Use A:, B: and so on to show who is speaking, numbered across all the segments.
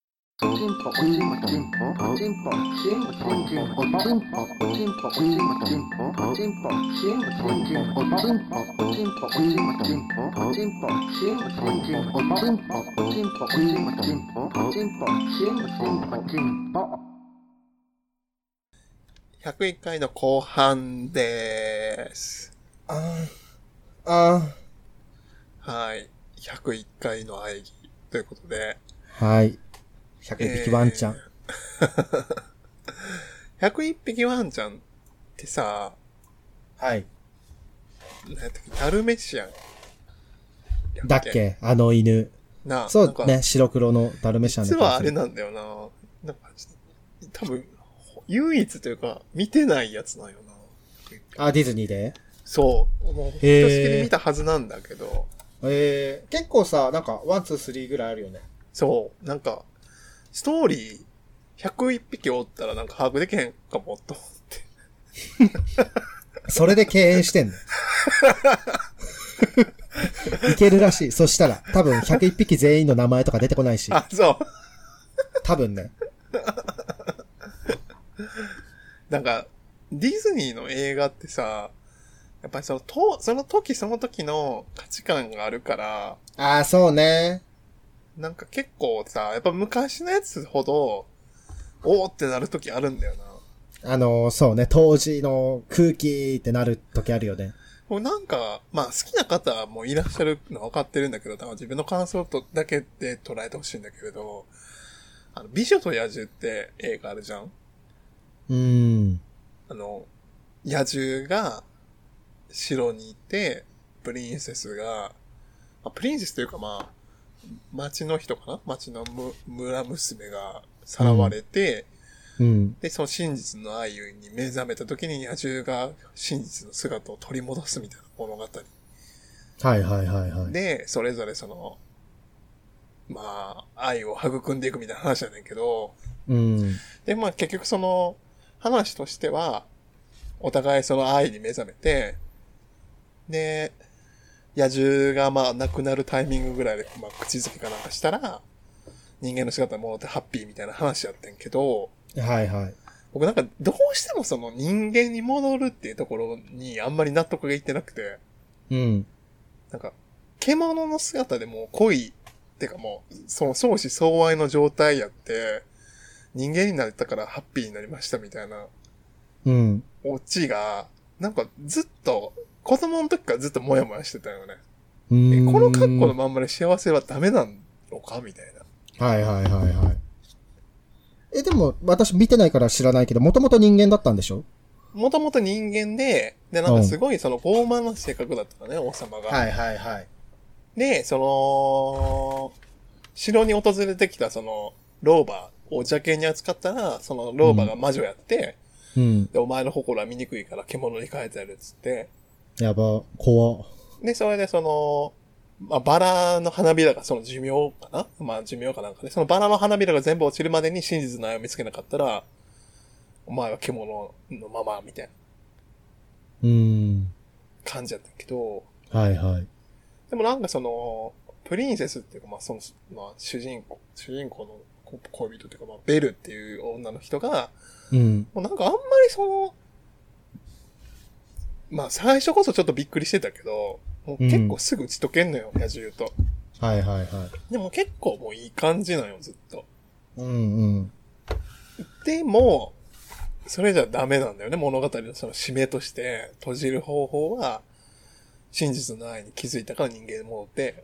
A: チンポおチンポチンポおチンポチンポチンポおチンポおチンポおチンポチンポおチンポチンポチンポおチンポおチンポおチンポチンポおチンポチンポチンポおチンポおチンポチンポチンポおチンポチンポチンポチンポ
B: 101回の後半です。
C: ああ、あ
B: はい。101回の愛義ということで。
C: あ。はい。100匹ワンちゃん。
B: 101匹ワンちゃんってさ、
C: はい。
B: なんやったっけダルメシアン。
C: だっけあの犬。
B: なあ、
C: そう
B: なんか
C: ね、白黒のダルメシャン
B: 実はあれ
C: な。
B: なんだよな。なんか、多分、唯一というか、見てないやつなんよな。
C: あ、ディズニーで
B: そう。もう、
C: へー
B: 人しきり見たはずなんだけど、
C: ええ結構さ、なんか、ワン、ツー、スリーぐらいあるよね。
B: そう。なんか、ストーリー、101匹おったらなんか把握できへんかも、と思って。
C: それで敬遠してん の。いけるらしい。そしたら、多分101匹全員の名前とか出てこないし、
B: あ、そう。
C: 多分ね。
B: なんか、ディズニーの映画ってさ、やっぱりその、と、その時その時の価値観があるから、
C: ああ、そうね。
B: なんか結構さ、やっぱ昔のやつほど、おーってなる時あるんだよな。
C: あのーそうね、当時の空気ってなる時あるよね。
B: もうなんか、まあ好きな方もいらっしゃるのは分かってるんだけど、多分自分の感想とだけで捉えてほしいんだけれど、あの、美女と野獣って映画あるじゃん
C: うーん。
B: あの、野獣が城にいて、プリンセスが、あプリンセスというかまあ、町の人かな町のむ村娘がさらわれて、
C: うん。
B: で、その真実の愛に目覚めた時に野獣が真実の姿を取り戻すみたいな物語。
C: はいはいはいはい。
B: で、それぞれその、まあ、愛を育んでいくみたいな話やねんけど、
C: うん。
B: で、まあ結局その話としては、お互いその愛に目覚めて、で、野獣がまあ亡くなるタイミングぐらいで、まあ口づけかなんかしたら、人間の姿に戻ってハッピーみたいな話やってんけど、
C: はいはい。
B: 僕なんかどうしてもその人間に戻るっていうところにあんまり納得がいってなくて、
C: うん。
B: なんか、獣の姿でもう恋、ってかもう、その相思相愛の状態やって、人間になれたからハッピーになりましたみたいな
C: うん。
B: オチが、なんかずっと、子供の時からずっとモヤモヤしてたよね。
C: う
B: え
C: ーん
B: この格好のまんまで幸せはダメなのかみたいな。
C: はいはいはいはい。え、でも、私見てないから知らないけど、もともと人間だったんでしょ
B: もともと人間で、で、なんかすごいその傲慢な性格だったのね、王様が。
C: いはいはい。
B: で、その、城に訪れてきたその、老婆を邪険に扱ったら、その老婆が魔女やって、
C: うん。
B: で、お前の心は醜いから獣に変えてやるっつって、
C: やば、怖。
B: で、それでその、まあ、バラの花びらがその寿命かなまあ寿命かなんかで、そのバラの花びらが全部落ちるまでに真実の愛を見つけなかったら、お前は獣のまま、みたいな
C: うーん。
B: 感じだったけど、
C: はいはい。
B: でもなんかその、プリンセスっていうか、まあその、まあ主人公、主人公のこ恋人っていうか、まあベルっていう女の人が、
C: うん。
B: もうなんかあんまりその、まあ最初こそちょっとびっくりしてたけど、もう結構すぐ打ち解けんのよ、野獣と。
C: はいはいはい。
B: でも結構もういい感じなんよ、ずっと。
C: うんうん。
B: でも、それじゃダメなんだよね、物語のその締めとして、閉じる方法は、真実の愛に気づいたから人間に戻って、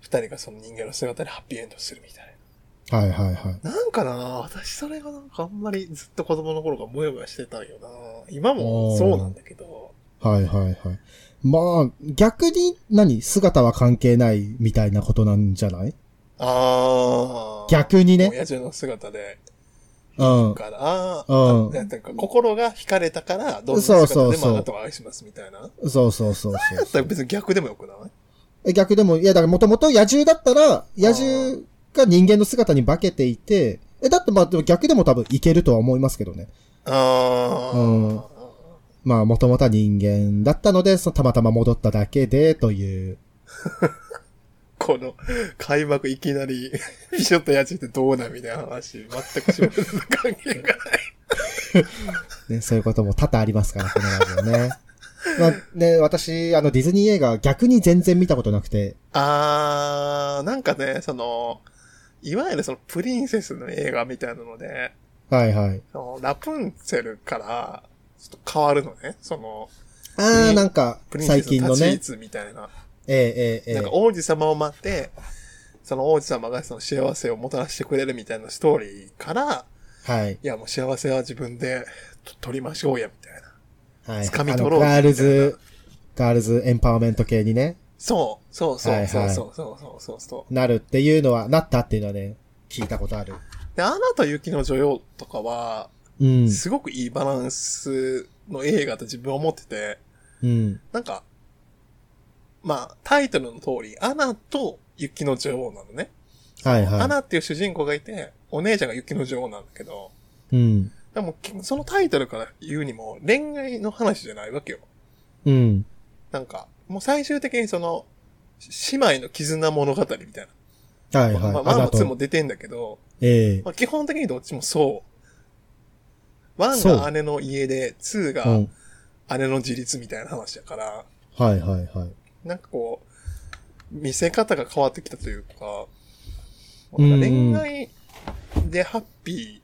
B: 二人がその人間の姿でハッピーエンドするみたい
C: はいはいはい。
B: な。なんかな私それがなんかあんまりずっと子供の頃からモヤモヤしてたんよな今もそうなんだけど、
C: はいはいはい。まあ、逆に何姿は関係ないみたいなことなんじゃない
B: あー。
C: 逆にね。
B: 親父の姿で、
C: うん。
B: から、
C: うん
B: なんていうか、心が惹かれたから、どんな
C: そう
B: 姿
C: そう
B: でも
C: そ
B: あ
C: う
B: なたを愛しますみたいな。
C: そうそうそう
B: だ
C: そ
B: ったら
C: う。
B: 別に逆でもよくない
C: え逆でも、いやだからもともと野獣だったら、野獣が人間の姿に化けていて、え、だってまあでも逆でも多分いけるとは思いますけどね。
B: ああ、
C: うんまあもともとは人間だったので、そのたまたま戻っただけでという。
B: この、開幕いきなり、 美女と野獣ってどうなんみたいな話、全く仕事と関係がない。
C: ね、そういうことも多々ありますから、このラジオ ね。まあね、私、あの、ディズニー映画、逆に全然見たことなくて、
B: あー、なんかね、その、いわゆるそのプリンセスの映画みたいなので、
C: はいはい。
B: そのラプンツェルから、ちょっと変わるのね。その、
C: あ
B: ね
C: ー、なんか
B: プ、リンセ
C: 最
B: ス
C: 近
B: の
C: の
B: 立ち位
C: ね、
B: 置みたいな。
C: えええええ
B: なんか王子様を待って、その王子様がその幸せをもたらしてくれるみたいなストーリーから、
C: えはい。
B: いやもう幸せは自分でと取りましょうや、みたいな。
C: はい。
B: 掴み
C: あ
B: 取ろう
C: の、ガールズ、ガールズエンパワーメント系にね、
B: そう、そうそ
C: は
B: う
C: い
B: そう
C: はい
B: そうそうそうそうそう。
C: なるっていうのは、なったっていうのはね、聞いたことある。
B: で、アナと雪の女王とかは、
C: うん。
B: すごくいいバランスの映画と自分は思ってて、
C: うん。
B: なんか、まあ、タイトルの通り、アナと雪の女王なのね。
C: はいはい。
B: アナっていう主人公がいて、お姉ちゃんが雪の女王なんだけど、
C: うん。
B: でも、きそのタイトルから言うにも、恋愛の話じゃないわけよ。
C: うん。
B: なんか、もう最終的にその、し姉妹の絆物語みたい
C: はい
B: な。
C: はい。
B: まあ、1も
C: あ
B: 2
C: と
B: も出てんだけど、
C: ええ
B: まあ、基本的にどっちもそう。1
C: そ
B: が
C: う
B: 姉の家で、2
C: う
B: が
C: ん。
B: 姉の自立みたいな話だから、
C: はいはいはい。
B: なんかこう、見せ方が変わってきたというか、なんか恋愛でハッピ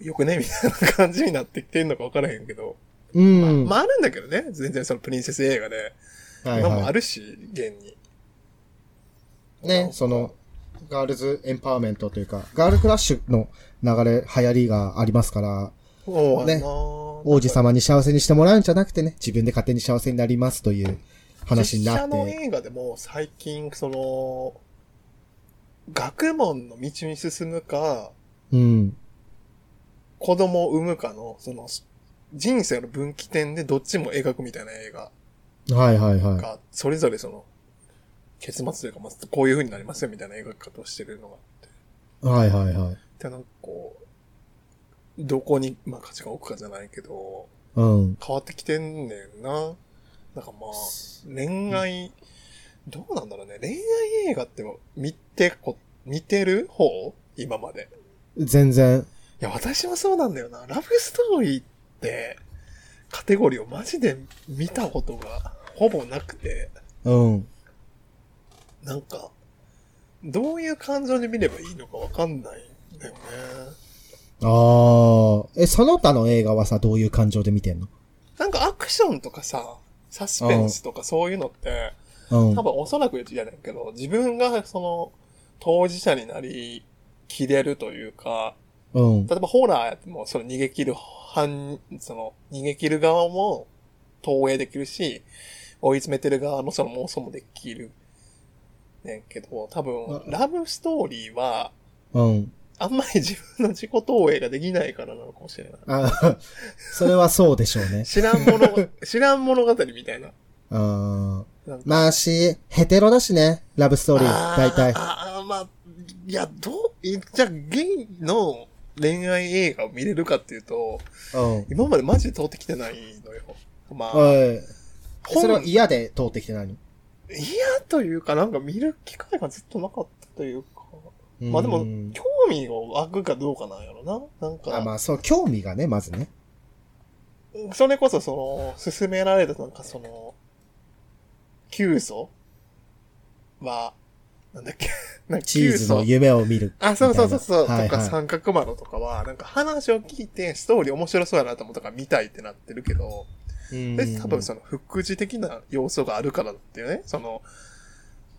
B: ー、よくねみたいな感じになってきてんのか分からへんけど、
C: うん。
B: まああるんだけどね、全然そのプリンセス映画で。
C: はい
B: 今も
C: は
B: あるし、現に。
C: い。ね、その、ガールズエンパワーメントというか、ガールクラッシュの流れ、流行りがありますから、
B: そうやな
C: ね王子
B: ん
C: 様に幸せにしてもらうんじゃなくてね、自分で勝手に幸せになりますという話になっ
B: 実写の
C: て。
B: 映画でも最近、その、学問の道に進むか、
C: うん。
B: 子供を産むかの、その、人生の分岐点でどっちも描くみたいな映画
C: はいはいはい。
B: が、それぞれその、結末というか、まあ、こういう風になりますよみたいな描き方をしてるのがあって。
C: はいはいはい。
B: で、なんかこう、どこに、まあ、価値が置くかじゃないけど、
C: うん。
B: 変わってきてんねんな。なんかまあ、恋愛、どうなんだろうね。恋愛映画って見てこ、見てる方今まで。
C: 全然。
B: いや、私もそうなんだよな。ラブストーリーって、カテゴリーをマジで見たことがほぼなくて、
C: うん。
B: なんか、どういう感情で見ればいいのかわかんないんだよね。
C: ああ。え、その他の映画はさ、どういう感情で見てんの
B: なんかアクションとかさ、サスペンスとかそういうのって、
C: うん
B: 多。分おそらくじゃないけど、自分がその当事者になりきれるというか、
C: うん。
B: 例えばホラーやってもその逃げ切る犯、その逃げ切る側も投影できるし、追い詰めてる側のその妄想もできる。ねんけど、多分、ラブストーリーは、
C: うん。
B: あんまり自分の自己投影ができないからなのかもしれない。
C: あ それはそうでしょうね。
B: 知らん物 語、知らん物語みたいな。
C: うん。
B: なんか
C: まあし、ヘテロだしね、ラブストーリー、大体。
B: あーあー、まあ、いや、どう、えじゃあ、ゲイの恋愛映画を見れるかっていうと、
C: うん。
B: 今までマジで通ってきてないのよ。まあ、
C: おい。それは
B: 本嫌
C: 嫌で通ってきてないの
B: というか、なんか見る機会がずっとなかったというか、まあでも
C: うん、
B: 興味を湧くかどうかなんやろな。なんか、
C: あまあそう、興味がね、まずね。
B: それこそその、勧められたなんかその、急須は、なんだっけ、 なんか
C: チーズの
B: 急須
C: 夢を見る。
B: あ、そうそうそうそう。
C: みたいなはい
B: とか、
C: はい
B: 三角窓とかは、なんか話を聞いて、ストーリー面白そうやなと思ったから見たいってなってるけど、で
C: で
B: 多分その、副次的な要素があるからだっていうね、その、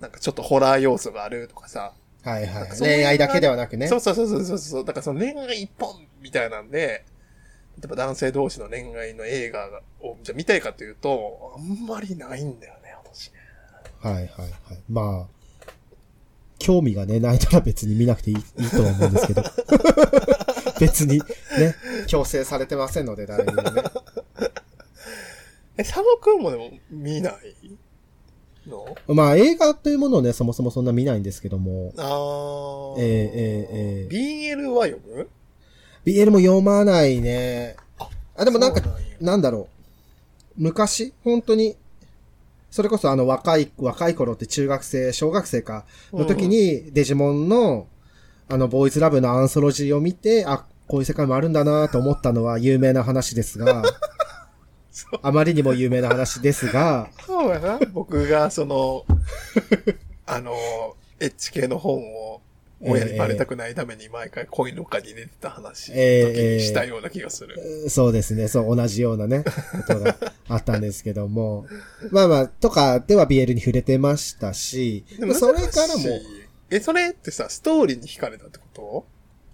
B: なんかちょっとホラー要素があるとかさ、
C: はいは
B: なん
C: い
B: か。そういう
C: 恋愛だけではなくね。
B: そうそうそうそうそうそう、だからその恋愛一本みたいなんで、例えば男性同士の恋愛の映画をじゃあ見たいかというと、あんまりないんだよね、私ね。
C: はいはいはい。まあ、興味がね、ないなら別に見なくていいいいとは思うんです けど。別に、ね、 強制されてませんので、誰にもね。
B: え、佐野くんもでも見ないの
C: まあ映画というものをね、そもそもそんな見ないんですけども、
B: あー。
C: ええええええ
B: BL は読む
C: BL も読まないね。あ、でもなんか
B: そうなんや
C: なんだろう。昔、本当に、それこそあの若い、若い頃って中学生、小学生か、の時にデジモンの、あの、ボーイズラブのアンソロジーを見て、あ、こういう世界もあるんだなと思ったのは有名な話です が、あまりにも有名な話ですが、
B: そうやな。僕が、その、 あの、エッチ系の本を、親にバレたくないために毎回恋の丘に入れてた話、
C: ええ
B: 時にしたような気がする。
C: そうですね、そう、同じようなね、ことがあったんですけども、まあまあ、とかでは BL に触れてましたし、
B: でも
C: それからも、
B: しえ、それってさ、ストーリーに惹かれたってこ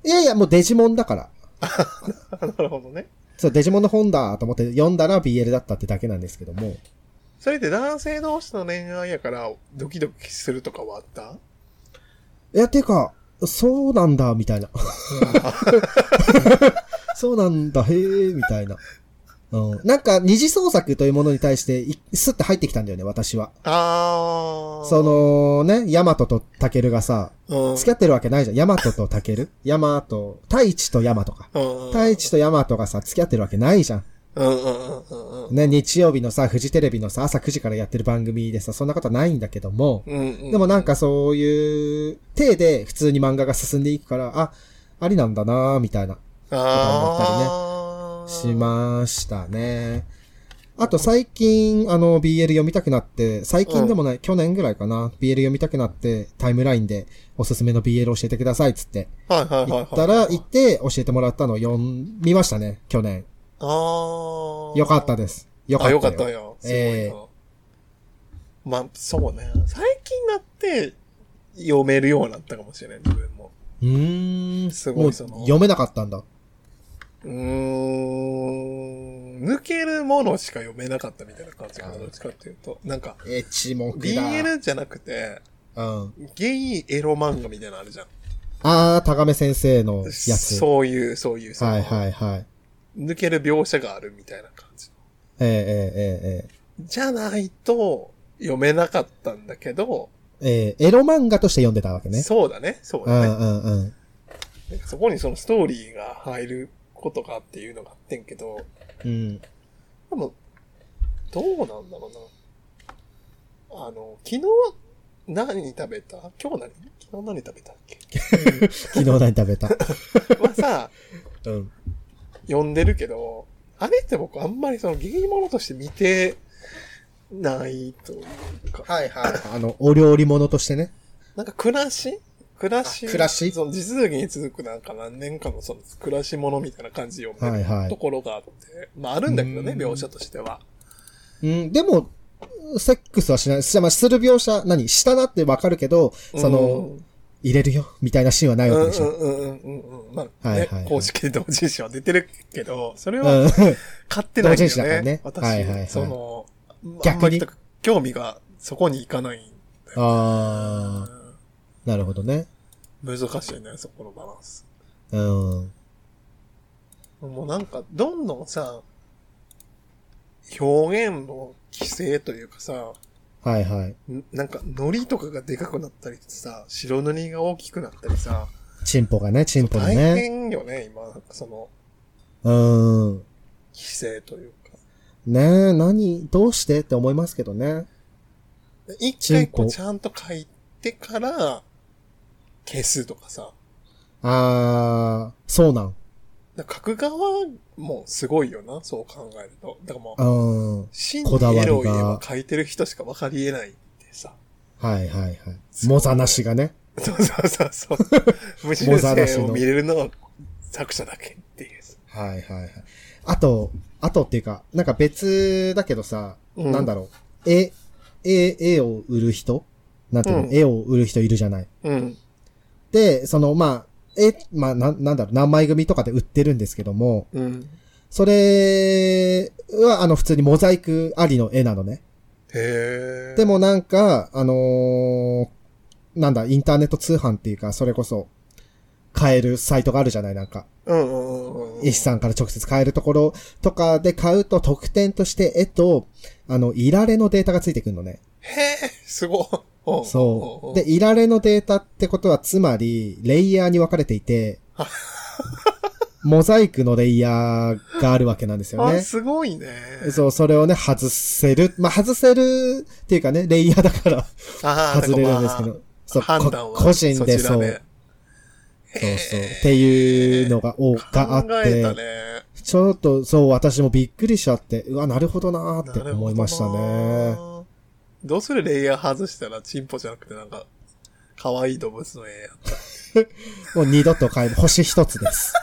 C: いやいや、もうデジモンだから。
B: と なるほどね。
C: そう、デジモンの本だと思って読んだら BL だったってだけなんですけども。
B: それって男性同士の恋愛やから、ドキドキするとかはあった
C: いや、てか、そうなんだ、み たいな。そうなんだ、へえ、みたいな。うん、なんか、二次創作というものに対してい、スッて入ってきたんだよね、私は。
B: あー。
C: そ、のね、ヤマトとタケルがさ、
B: うん。
C: 付き合ってるわけないじゃん。ヤマトとタケルヤマト、太一とヤマトか。
B: うん。
C: 太一とヤマトがさ、付き合ってるわけないじゃん。
B: うんうんうんうんうん。
C: ね、日曜日のさ、フジテレビのさ、朝9時からやってる番組でさ、そんなことはないんだけども、
B: うんうん、
C: でもなんかそういう、体で普通に漫画が進んでいくから、あ、ありなんだなーみたいな、
B: あー
C: しましたね。あと最近、あの、BL 読みたくなって、最近でもない、去年ぐらいかな、BL 読みたくなって、タイムラインでおすすめの BL 教えてくださいっつって、
B: はいはいはい、は
C: 行
B: い。
C: ったら、行って教えてもらったのを読みましたね、去年。
B: ああ。
C: よかったです。よか
B: あ、
C: ったよ。
B: よかったよ。すごいな。
C: ええ
B: まあ、そうね。最近になって読めるようになったかもしれない、自分も。
C: うーん。
B: すごい
C: もう
B: その
C: 読めなかったんだ。
B: うーん。抜けるものしか読めなかったみたいな感じかな、どっちかっていうと。なんか、
C: え、地目だ。
B: BL じゃなくて、
C: うん。
B: ゲイエロ漫画みたいなのあるじゃん。
C: あー、高め先生のやつ。
B: そういう、そういう、その
C: はいはいはい。
B: 抜ける描写があるみたいな感じ。
C: ええ
B: じゃないと、読めなかったんだけど、
C: ええええええエロ漫画として読んでたわけね。
B: そうだね、そう
C: う
B: だね。
C: んうんうん。
B: なんかそこにそのストーリーが入ることかっていうのがあってんけど、
C: うん。
B: でも、どうなんだろうな。あの、昨日何食べた今日何昨日何食べたっけ
C: 昨日何食べた
B: はさ、
C: うん。
B: 読んでるけど、あれって僕あんまりそのゲームものとして見てないというか、
C: はいはい。あの、お料理物としてね。
B: なんか暮らし暮らし
C: あ暮らし
B: その地続きに続くなんか何年かのその暮らしものみたいな感じで読ん
C: は
B: で
C: い
B: る
C: はい
B: ところがあって、まああるんだけどね、
C: うん
B: 描写としては。
C: うん、でも、セックスはしない。しまあ、する描写、何したなってわかるけど、その、入れるよ、みたいなシーンはない
B: うん
C: わ
B: う
C: け
B: ん
C: でしょ。
B: うんうんうんうん。まあ、
C: はい
B: ね
C: はいはい
B: 公式で同人誌は出てるけど、それ
C: う
B: は
C: ん。
B: 買ってないんだ
C: 同人誌だから
B: よね
C: ね。
B: 私、
C: はいはいはい
B: その、あん
C: 逆
B: ま
C: に
B: り興味がそこに行かない。
C: あー、なるほどね。
B: 難しいね、そこのバランス。
C: うん。
B: もうなんか、どんどんさ、表現の規制というかさ、
C: はいはい。
B: んなんか、ノリとかがでかくなったりさ、白塗りが大きくなったりさ、
C: チンポがね、チンポの
B: 大
C: ね。
B: 変よね、今、なんかその、
C: うん。
B: 規制というか。
C: ねえ、何、どうしてって思いますけどね。
B: 一回こう
C: チンポ
B: ちゃんと書いてから、消すとかさ。
C: あー、そうなん。
B: だから書く側もすごいよな、そう考えると。だからもう、
C: うん。は
B: 真
C: こだ
B: に
C: わ
B: エ
C: りが
B: ロを言えば書いてる人しか分かり得ないってさ。
C: いはいはい。モザなしがね。
B: そうそうそう そう。無印
C: ざらし
B: 性を
C: の
B: 見れるのは作者だけっていう。
C: はいはいはい。あと、あとっていうか、なんか別だけどさ、
B: うん
C: なんだろう。絵、絵、絵を売る人なんていうの、
B: うん
C: 絵を売る人いるじゃない。
B: うん。
C: で、その、まあ、絵、まあ、なん、なんだろう、何枚組とかで売ってるんですけども、
B: うん。
C: それは、あの、普通にモザイクありの絵なのね。
B: へえ。
C: で、もなんか、あのーなんだ、インターネット通販っていうか、それこそ、買えるサイトがあるじゃない、なんか。
B: うんうんうんうん。
C: 医師さんから直接買えるところとかで買うと特典として絵と、あの、いられのデータがついてくるのね。
B: へえ、すごい。うん
C: そう。
B: うんうん
C: で、いられのデータってことは、つまり、レイヤーに分かれていて、モザイクのレイヤーがあるわけなんですよ
B: あ、
C: ね。
B: すごいね。
C: そう、それをね、外せる。まあ、外せるっていうかね、レイヤーだから
B: あー
C: 外れるんですけ
B: なんか
C: ど。そう、
B: まあ判断
C: こ
B: は
C: 個人で
B: そちら
C: そう。
B: で
C: そうそう。っていうのが、お、があっ
B: 考えた
C: て、
B: ね。
C: ちょっと、そう、私もびっくりしちゃって、うわ、なるほどなーっ
B: な
C: て
B: るほどな
C: 思いましたね。。
B: どうするレイヤー外したら、チンポじゃなくてなんか、可愛い動物のレイヤー。
C: もう二度と買える。星一 つです。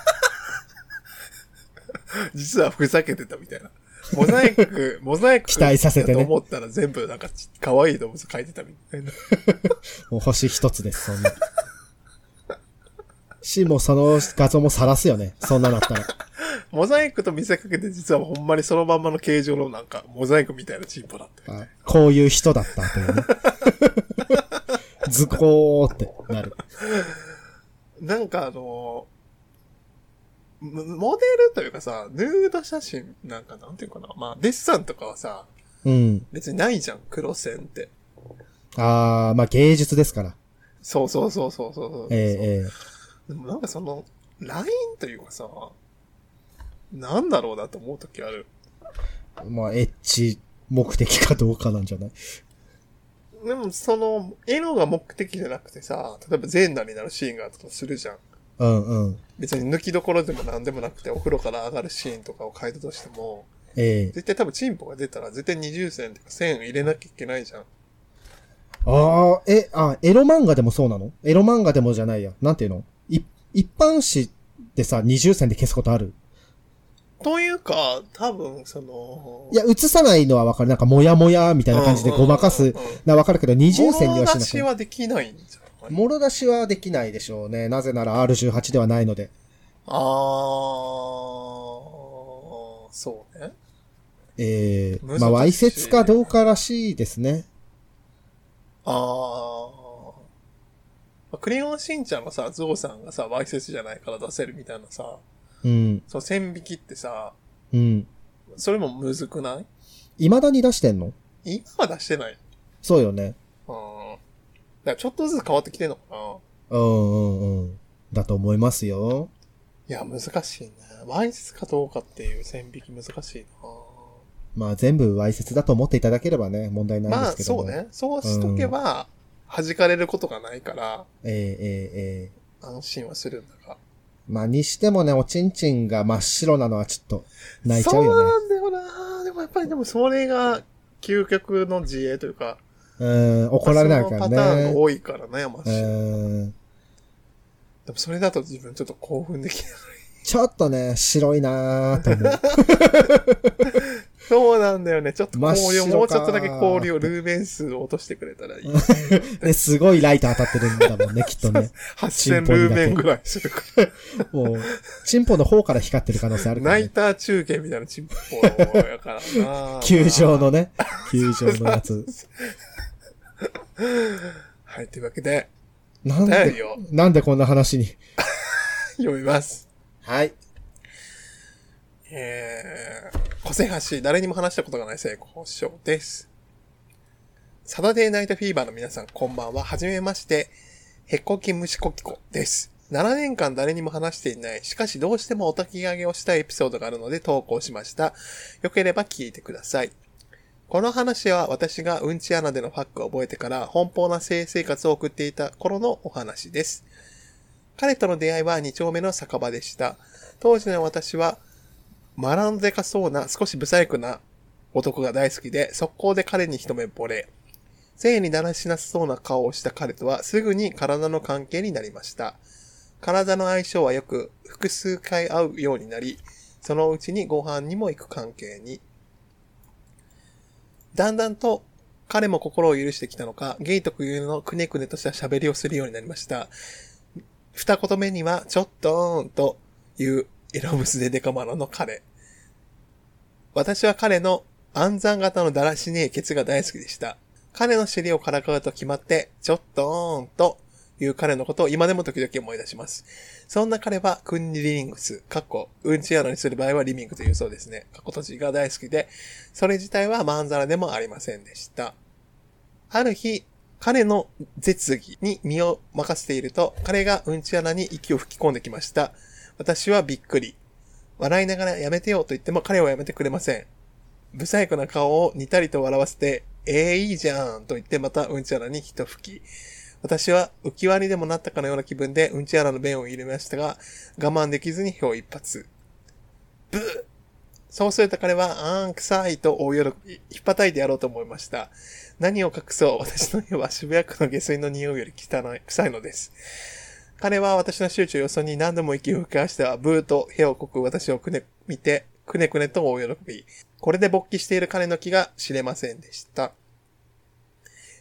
B: 実はふざけてたみたいな。モザイ ク、モザイク。
C: 期待させてね
B: と思ったら全部なんかち可愛い動物描いてたみたいな。
C: もう星一つです、そんな。し、もうその画像も晒すよね。そんなだったら。
B: モザイクと見せかけて実はほんまにそのまんまの形状のなんか、モザイクみたいなチンポだった。
C: あこういう人だったと いうね。図工ってなる。
B: なんかあのーモモデルというかさ、ヌード写真なんかなんていうかな。まあ、デッサンとかはさ、
C: うん。
B: 別にないじゃん、黒線って。
C: あー、まあ芸術ですから。
B: そうそうそうそうそうそう。
C: ええええ
B: でもなんかその、ラインというかさ、なんだろうなと思うときある。
C: まあエッチ目的かどうかなんじゃない
B: でもその、エロが目的じゃなくてさ、例えば全裸になるシーンがあったとするじゃん。
C: うんうん。
B: 別に抜きどころでも何でもなくて、お風呂から上がるシーンとかを変えたとしても、
C: ええ
B: 絶対多分チンポが出たら絶対二重線とか線入れなきゃいけないじゃん。
C: あー、え、あ、エロ漫画でもそうなのエロ漫画でもじゃないや。なんていうのい一般紙でさ、二重線で消すことある
B: というか、多分その、
C: いや、映さないのはわかる。なんか、もやもやみたいな感じでごまか
B: うんうん
C: す
B: うんうん
C: のはわかるけど、二重線に
B: 物
C: はし
B: 出
C: なく
B: しはできないんじゃない
C: もろ出しはできないでしょうね。なぜなら R18 ではないので。
B: あー、そうね。
C: ええ
B: 難しい
C: まあ、わいせつかどうからしいですね。
B: ああ。クレヨンしんちゃんのさ、ゾウさんがさ、わいせつじゃないから出せるみたいなさ、
C: うん。
B: その線引きってさ、
C: うん。
B: それもむずくない
C: 未だに出してんの
B: 今は出してない。
C: そうよね。
B: うん。だからちょっとずつ変わってきてんのかな
C: うんうんうん。だと思いますよ。
B: いや、難しいね。わいせつかどうかっていう線引き難しい
C: まあ、全部わいせつだと思っていただければね、問題
B: な。
C: ないん
B: まあ、
C: ですけど
B: そ
C: も。
B: う。ね。そうしとけば、弾かれることがないから、
C: ええええええ
B: 安心はするんだが。
C: まあ、にしてもね、おちんちんが真っ白なのはちょっと、泣いちゃ
B: そうう
C: よね。
B: なんだよな。でもやっぱり、でもそれが、究極の自衛というか、
C: うん、怒られないか
B: そのパタ
C: ら
B: ーンが
C: ね。
B: 多いから悩まし
C: う
B: い。
C: ん。
B: でもそれだと自分ちょっと興奮できない。
C: ちょっとね、白いなーと思う。
B: そうなんだよね。ちょっと氷を、
C: 真っ白か
B: もうちょっとだけ氷をルーメン数を落としてくれたらいい。
C: ね、すごいライト当たってるんだもんね、 きっとね。
B: 8000ルーメンぐらいするか
C: もう、チンポの方から光ってる可能性
B: ら。
C: あるから、
B: ナイ
C: ね。。
B: ター中継みたいなチンポやからな
C: 球場。のね、球場 のやつ。
B: はい、というわけで、
C: なん
B: 頼
C: で
B: りを、
C: なんでこんな話に。
B: 読みます。
C: はい。
B: えー、個性発信、誰にも話したことがない成功賞です。サタデーナイトフィーバーの皆さん、こんばんは。はじめまして、へこきむしこきこです。7年間誰にも話していない、しかしどうしてもお焚き上げをしたいエピソードがあるので投稿しました。よければ聞いてください。この話は私がうんち穴でのファックを覚えてから奔放な性生活を送っていた頃のお話です。彼との出会いは2丁目の酒場でした。当時の私はマランゼかそうな少し不細工な男が大好きで、速攻で彼に一目惚れ。性にだらしなさそうな顔をした彼とはすぐに体の関係になりました。体の相性はよく複数回会うようになり、そのうちにご飯にも行く関係に。だんだんと彼も心を許してきたのか、ゲイ特有のくねくねとした喋りをするようになりました。二言目には、ちょっとーんというエロムスでデカマロの彼。私は彼の暗算型のだらしねえケツが大好きでした。彼の尻をからかうと決まって、ちょっとーんという彼のことを今でも時々思い出します。そんな彼は、クンニリミングス、かっこ、うんちやのにする場合はリミングというそうですね。かっことじが大好きで、それ自体はまんざらでもありませんでした。ある日、彼の絶技に身を任せていると、彼がうんち穴に息を吹き込んできました。私はびっくり。笑いながらやめてよと言っても彼はやめてくれません。不細工な顔をにたりと笑わせて、ええいいじゃんと言ってまたうんちゃらに一吹き。私は浮き輪にでもなったかのような気分でうんちゃらの弁を入れましたが、我慢できずに表一発。ブーそうすると彼は、あーん、臭いと大喜び、ひっぱたいてやろうと思いました。何を隠そう、私の家は渋谷区の下水の匂いより汚い、臭いのです。彼は私の周知をよそに何度も息を吹き返しては、ブーと屁をこく私をくね、見て、くねくねと大喜び。これで勃起している彼の気が知れませんでした。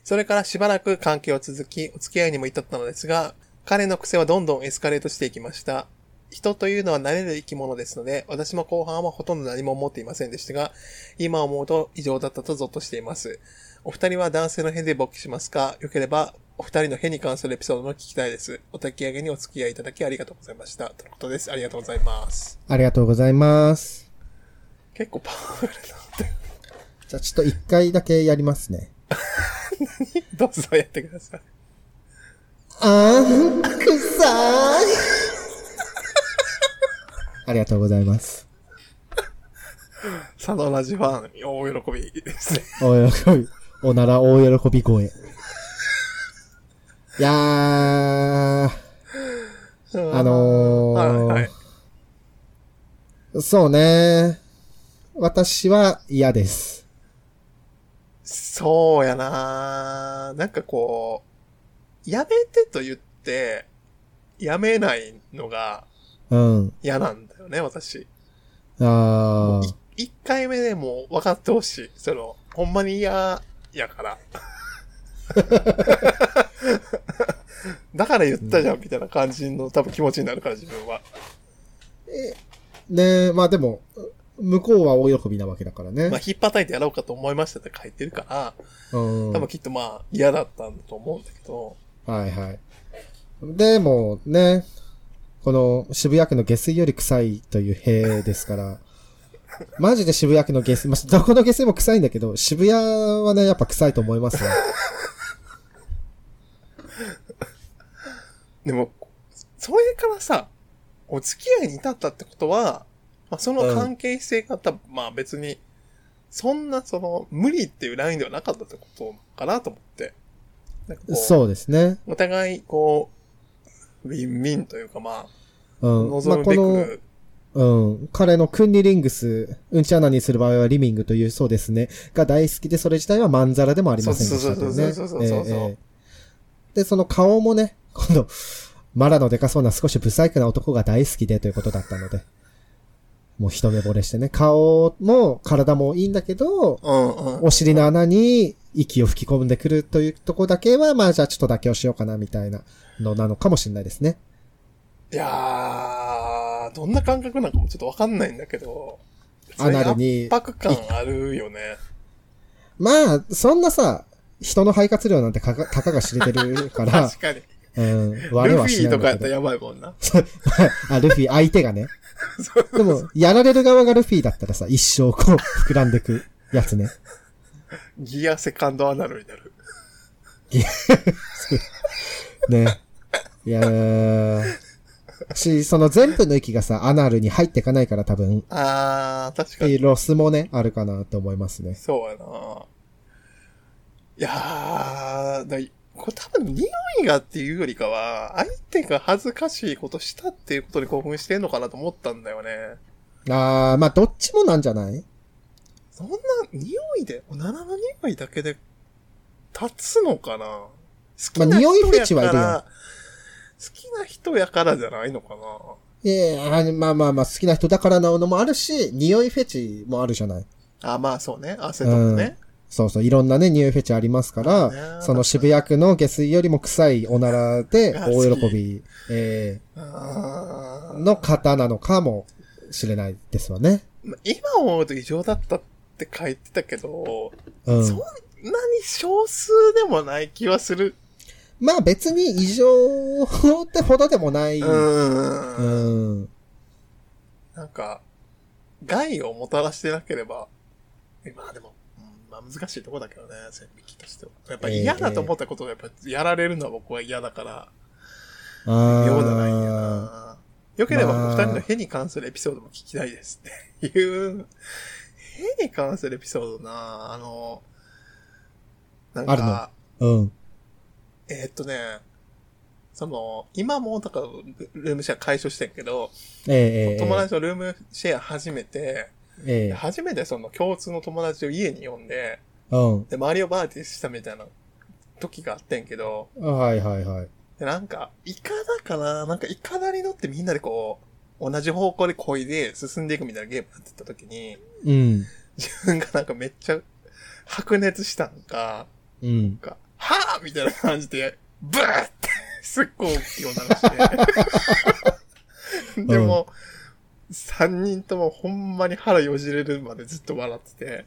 B: それからしばらく関係を続き、お付き合いにも至ったのですが、彼の癖はどんどんエスカレートしていきました。人というのは慣れる生き物ですので、私も後半はほとんど何も思っていませんでしたが、今思うと異常だったとゾッとしています。お二人は男性の辺で勃起しますかよければ、お二人の辺に関するエピソードも聞きたいです。お焚き上げにお付き合いいただきありがとうございました。とのことです。ありがとうございます。
C: ありがとうございます。
B: 結構パワフルなんで、
C: じゃあちょっと一回だけやりますね。
B: どうぞやってください。
C: あー、くさーい。ありがとうございます。
B: 佐野ラジファン、大喜びですね。
C: 大喜び、おなら大喜び声。いやー、あ
B: あ
C: の
B: はい
C: ー、
B: はい。
C: そうね。私は嫌です。
B: そうやななんかこう、やめてと言って、やめないのが
C: うん。
B: 嫌なんだよね、私。
C: あー。
B: 一回目でもう分かってほしい。その、ほんまに嫌や から。だから言ったじゃん、みたいな感じの多分気持ちになるから、自分は。
C: ねまあでも、向こうは大喜びなわけだからね。
B: まあ、引っ叩いてやろうかと思いましたって書いてるから、
C: うん。
B: 多分きっとまあ嫌だったんだと思うんだけど、
C: はいはい。でもね、この渋谷区の下水より臭いという塀で すから、マジで渋谷区の下水、まあ、どこの下水も臭いんだけど、渋谷はね、やっぱ臭いと思いますよ。
B: でも、それからさ、お付き合いに至ったってことは、まあ、その関係性が多分、まあ別に、そんなその、無理っていうラインではなかったってことかなと思って。なんかこう
C: そうですね。
B: お互い、こう、ウィンウィンというか、ま
C: う
B: あ、
C: ん。ま
B: 望
C: あ、
B: む
C: こ
B: べ
C: の、
B: く、
C: うん。彼のクンニリングス、うんち穴にする場合はリミングというそうですね。が大好きで、それ自体はまんざらでもありませんでしたというね。
B: そうそうそうそうそうそうそう
C: ええええで、その顔もね、今度、マラのでかそうな少し不細工な男が大好きでということだったので。もう一目惚れしてね。顔も体もいいんだけど、
B: うんうん。
C: お尻の穴に息を吹き込んでくるというとこだけは、まあじゃあちょっと妥協しようかなみたいなのなのかもしれないですね。
B: いやー、どんな感覚なのかもちょっとわかんないんだけど、
C: アナルに
B: 圧迫感あるよね。
C: まあ、そんなさ、人の肺活量なんてかかたかが知れてるから、
B: 確かに。
C: うん、
B: ル
C: 我
B: フ
C: は
B: ィ
C: しない
B: と
C: ん
B: かや
C: だ
B: った
C: けど
B: ら。やばいもんな。
C: あ、ルフィ、相手がね。
B: そう
C: でも、やられる側がルフィだったらさ、一生こう、膨らんでくやつね。
B: ギアセカンドアナルになる。
C: ね。いやー。し、その全部の息がさ、アナルに入っていかないから多分、っ
B: あー、確か
C: てい
B: に。
C: うロスもね、あるかなと思いますね。
B: そうやな。いやー、だいこれ多分匂いがっていうよりかは、相手が恥ずかしいことしたっていうことに興奮してんのかなと思ったんだよね。
C: あー、まあ、どっちもなんじゃない
B: そんな匂いで、おならの匂いだけで立つのかな好きな人やから、
C: まあ匂いフェチはいるやん
B: 好きな人やからじゃないのかない
C: やあまあまあまあ、好きな人だからなのもあるし、匂いフェチもあるじゃない。
B: あ、まあそうね。汗とかね。
C: そうそう、いろんなね、ニューフェチありますか
B: そうだ
C: ら、
B: ね
C: その渋谷区の下水よりも臭いおな らで
B: が
C: 大
B: 好き
C: 喜び、え
B: あー
C: ーの方なのかもしれないですわね。
B: まあ今思うと異常だったって書いてたけど、
C: う
B: そん
C: ん。
B: なに少数でもない気はする。
C: まあ別に異常ってほどでもない。
B: う
C: う
B: ー
C: ん。
B: ん。なんか、害をもたらしてなければ、えまあでも、うんまあ難しいとこだけどね、線引きとしては。やっぱ嫌だと思ったことをやっぱやられるのは僕は嫌だから、
C: あー
B: 妙なラインやな。よければ、
C: まあ
B: 二人のヘに関するエピソードも聞きたいですっていう、ヘに関するエピソードなあの、なん
C: ある
B: か
C: の、うん。
B: えーっとね、その、今も、だから、ルームシェア解消してんけど、
C: ええ
B: 友達とルームシェア初めて、
C: えええ
B: 初めてその共通の友達を家に呼んで、
C: えうん。
B: で、マリオバーティーしたみたいな時があってんけど、
C: はいはいはい。
B: で、なんか、イカだかななんかイカダに乗ってみんなでこう、同じ方向で漕いで進んでいくみたいなゲームやってた時に、
C: うん。
B: 自分がなんかめっちゃ白熱したんか、
C: うん。
B: なんか、はぁみたいな感じで、ブーって、 すっごい大きい音鳴らして。でも、三人ともほんまに腹よじれるまでずっと笑ってて、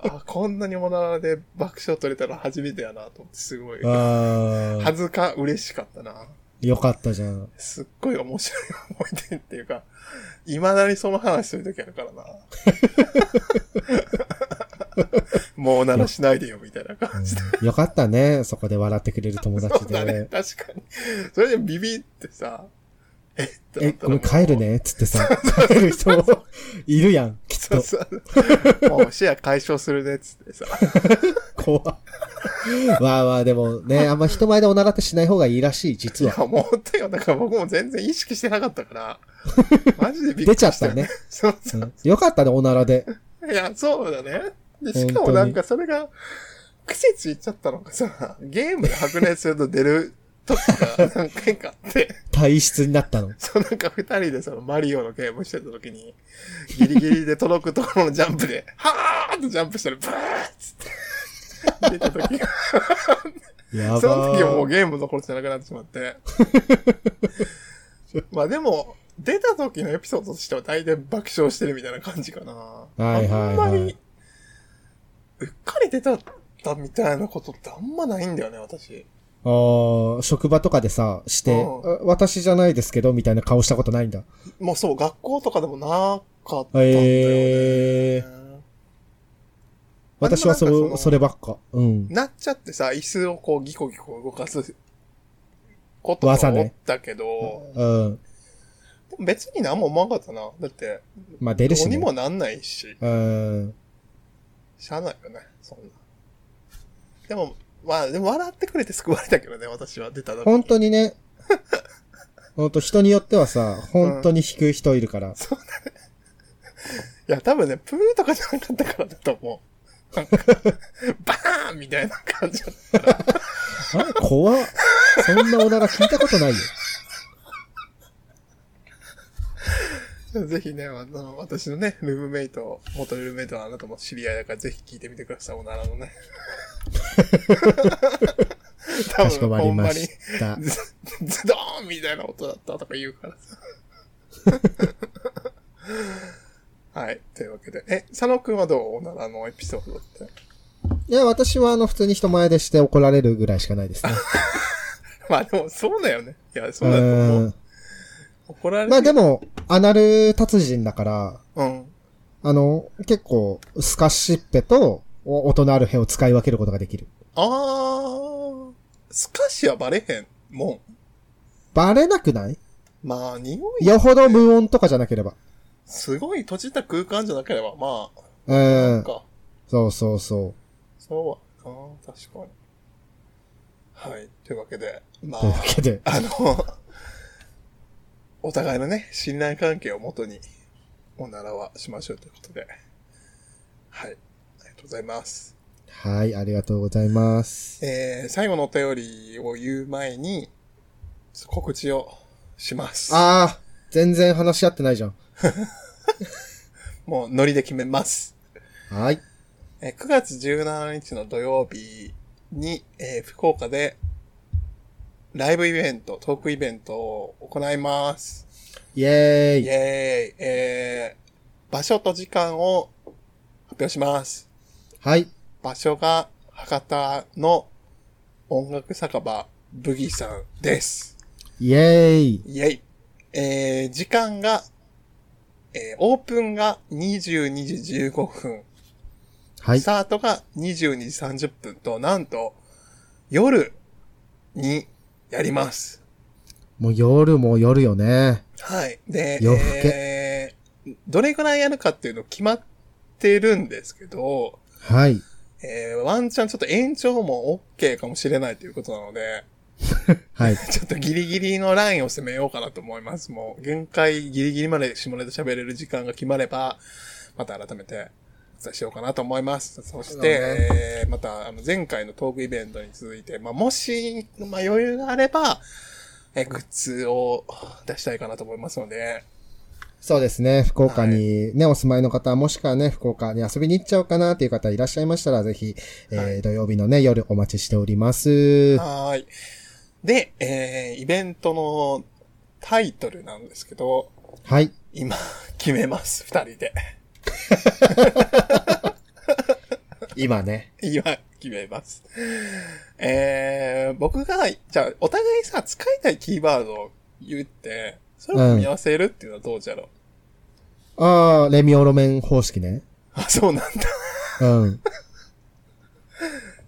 B: あ、こんなにおならで爆笑取れたら初めてやなと思って、すごい。
C: ああ
B: 恥ずか、嬉しかったな。
C: よかったじゃん。
B: すっごい面白い思い出っていうか、未だにその話するときあるからな。もうおならしないでよ、みたいな感じで。
C: よかったね。そこで笑ってくれる友
B: そ
C: 達
B: うだね
C: で。。
B: 確かに。それでビビってさ、えってな
C: え、
B: った
C: ご
B: らも
C: めん、
B: う
C: 帰る。ね。つっ てさ、帰る人、いるやん。きっ
B: そう
C: と。
B: そう。もうシェア解消するね、つってさ。
C: 怖わまあまあ、でもね、あんま人前でおならってしない方がいいらしい、
B: い
C: 実
B: や、
C: は。
B: もう本当よ。だから僕も全然意識してなかった から。マジでびっくりした。
C: 出ちゃった。ね。
B: そうそう。
C: うんよかったね、おならで。
B: いや、そうだね。で、
C: 本当に
B: しかもなんかそれが、癖ついちゃったのかさ、ゲームで白熱すると出る時が何回かあって、
C: 体質になったの。
B: そうなんか二人でそのマリオのゲームしてた時に、ギリギリで届くところのジャンプで、はーってジャンプしたら、ブーッつって、出た時が、
C: やばー
B: その時はもうゲームどころじゃなくなってしまって。まあでも、出た時のエピソードとしては大体爆笑してるみたいな感じかな。
C: いはいはい
B: あんまり、うっかり出たったみたいなことってあんまないんだよね、私。
C: あー職場とかでさ、して、
B: う
C: あ私じゃないですけど、みたいな顔したことないんだ。
B: もうそう、学校とかでもなかったんだよね。
C: えー、私はそ
B: あんまなんかその
C: れ、そればっか。うん。
B: なっちゃってさ、椅子をこうギコギコ動かすこと
C: 技
B: は
C: ね
B: 思ったけど、
C: うん。
B: でも別に何も思わなかったな。だって、
C: まあ出
B: ど
C: るし
B: うに
C: ね。
B: もなんないし。
C: うん。
B: しゃあないよね、そんな。でも、まあ、でも笑ってくれて救われたけどね、私は出た時
C: 本当にね、本当人によってはさ、本当に引く人いるから。
B: いや、多分ね、プーとかじゃなかったからだと思う。なん かバーンみたいな感じだった
C: あれ怖っそんなおなら聞いたことないよ。
B: ぜひね、あの、私のね、ルームメイト、元ルームメイトのあなたも知り合いだから、ぜひ聞いてみてください、おならの ね。 多
C: かしこ
B: 分
C: ま
B: ほ
C: り
B: んま
C: ま
B: に、
C: し
B: ズ
C: た。
B: ズドーンみたいな音だったとか言うからさ。 はい。というわけで。え、佐野くんはどうおならのエピソードって。
C: いや、私はあの、普通に人前でして怒られるぐらいしかないですね。
B: まあでも、そうだよね。いや、 そううだと思
C: ん
B: う。。怒られる。
C: まあでも、アナル達人だから、
B: うん。
C: あの、結構、スカッシッペと、お音のある辺を使い分けることができる。
B: あー、スカシはバレへんも
C: バレなくない
B: ん。まあ、匂い
C: よほど無音とかじゃなければ。
B: すごい閉じた空間じゃなければ、まあ、
C: う
B: なん
C: ん。
B: か、
C: そうそうそ
B: そうはな、確かに。はい、というわけで、ま
C: う。
B: あ
C: という、わけで。
B: あの、 お互いのね、信頼関係をもとに、おならはしましょうということで。はい、ありがとうございます。
C: はい、ありがとうございます。
B: えー、最後のお便りを言う前に、告知をします。
C: ああ、全然話し合ってないじゃん。
B: もうノリで決めます。
C: はい。
B: えー9月17日の土曜日に、えー福岡でライブイベント、トークイベントを行います。
C: イェー
B: イェーイ
C: イ。
B: えー場所と時間を発表します。
C: はい。
B: 場所が博多の音楽酒場ブギーさんです。
C: イェーイ。
B: イェイえー時間が、えーオープンが22時15分。
C: はい
B: ス。タートが22時30分と、なんと、夜にやります。
C: もう夜も夜よね。
B: はい。で、
C: 夜更け
B: えーどれぐらいやるかっていうの決まってるんですけど、
C: はい。
B: えーワンチャンちょっと延長も OK かもしれないということなので、
C: はい。
B: ちょっとギリギリのラインを攻めようかなと思います。もう、限界ギリギリまで下ネタ喋れる時間が決まれば、また改めてお伝えしようかなと思います。そし
C: そう
B: て、
C: だ
B: えーまた、あの、前回のトークイベントに続いて、まあ、もし、まあ、余裕があれば、えーグッズを出したいかなと思いますので、
C: そうですね。福岡にね、お住まいの方、もしくはね、福岡に遊びに行っちゃおうかなっていう方いらっしゃいましたら、ぜひ、えー
B: はい
C: 土曜日のね、夜お待ちしております。
B: はーい。で、えーイベントのタイトルなんですけど、
C: はい。
B: 今、決めます、二人で。
C: 今ね。
B: 今、決めます。えー、僕が、じゃあ、お互いさ、使いたいキーワードを言って、それを組み合わせるっていうのはどうじゃろう、
C: あー、レミオロメン方式ね。
B: あ、そうなん だ。
C: うん。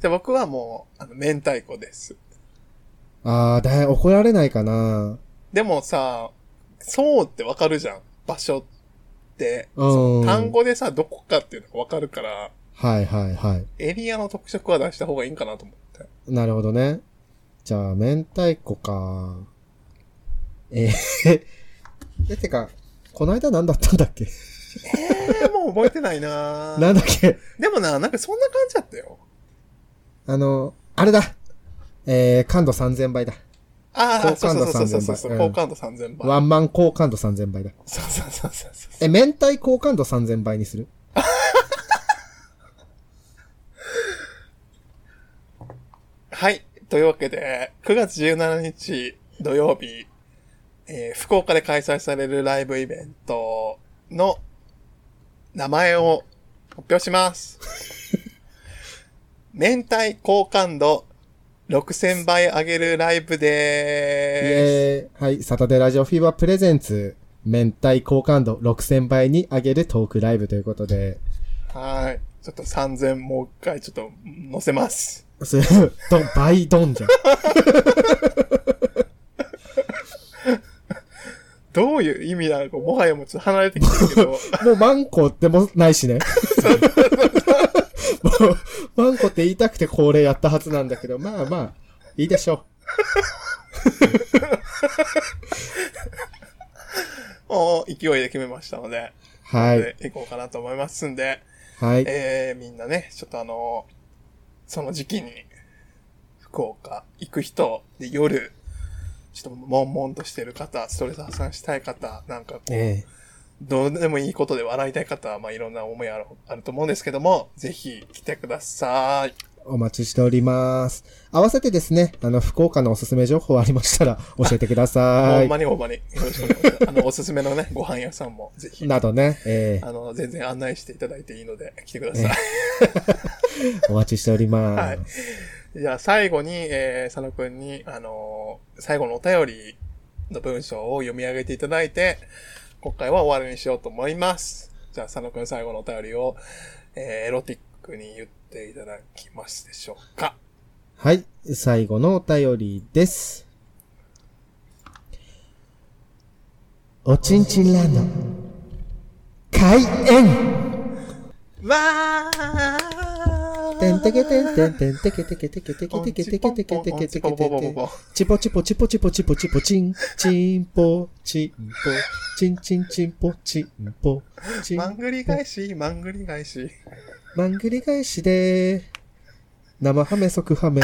B: じゃあ僕はもう、あの、明太子です。
C: あー、だい、怒られないかな
B: でもさ、そうってわかるじゃん。場所って。
C: うん
B: その単語でさ、どこかっていうのがわかるから、
C: はいはいはい。
B: エリアの特色は出した方がいいんかなと思って。
C: なるほどね。じゃあ、明太子か。えー、え、てか、この間何だったんだっけ
B: えー、もう覚えてないな
C: なんだっけ
B: でもな、なんかそんな感じだったよ。
C: あの、あれだ。えー、感度3000倍だ。
B: ああ、
C: 好
B: そう
C: 感
B: そ
C: 度
B: うそうそうそうそう、
C: 3000倍
B: 好感度3000倍。
C: ワンマン高感度3000倍だ。
B: そうそうそうそうそう。
C: え、明太高感度3000倍にする
B: はい。というわけで、9月17日土曜日、えー福岡で開催されるライブイベントの名前を発表します。 明太好感度6000倍上げるライブで
C: えー、はい。サタデーラジオフィーバープレゼンツ、明太高感度6000倍に上げるトークライブということで、
B: ーす。はい。ちょっと3000もう一回ちょっと載せます。
C: それ、ど、倍ドンじゃん。
B: どういう意味なのか、もはやもうちょっと離れてきてるけど。
C: もうマンコってもないしね。 もう、マンコって言いたくて恒例やったはずなんだけど、まあまあ、いいでしょ
B: もう勢いで決めましたので、
C: う。はい。
B: で行こうかなと思いますんで、
C: はい。
B: えー、みんなね、ちょっとあのその時期に、福岡行く人、で、夜、ちょっと悶々としてる方、ストレス発散したい方、なんかこう、
C: え
B: どうでもいいことで笑いたい方、まあ、いろんな思いあるあると思うんですけども、ぜひ来てください。
C: お待ちしております。合わせてですね、あの、福岡のおすすめ情報ありましたら教えてくださ
B: ほん
C: い
B: ま。にほんまに。よろしくお願いします。あの、おすすめのね、ご飯屋さんも、ぜひ、
C: などね、え
B: あの、全然案内していただいていいので、来てください。
C: えお待ちしております。
B: はいじゃあ最後に、えー、佐野くんに、あのー最後のお便りの文章を読み上げていただいて、今回は終わりにしようと思います。じゃあ佐野くん最後のお便りを、えー、エロティックに言っていただきますでしょうか。
C: はい。最後のお便りです。おちんちんランド、開演
B: わー
C: てんてけてんてんてんてけてけてけてけ
B: ポ
C: て
B: ン
C: け
B: チ
C: て
B: ポ
C: け
B: ン
C: てけ
B: ポン
C: て
B: ポン
C: けてけて
B: ポンポンポン
C: け
B: ポン
C: チポチポチポチポチポチポチン、チンポ、チンポ、チンチンチンポ、チンポ、チン
B: まんぐり返し、まんぐり返し。
C: まんぐり返しでー。生ハメ即ハメ。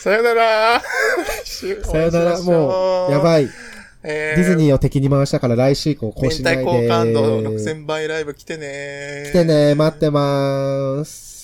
B: さよなら
C: さよなら、もう、や
B: い。
C: ばい。
B: え
C: ディズニーを敵に回したから来週以降更
B: 明
C: 新ない
B: 太
C: で
B: 好感度
C: ー。
B: 6000倍ライブ来てねー
C: 来てねー、待ってまーす。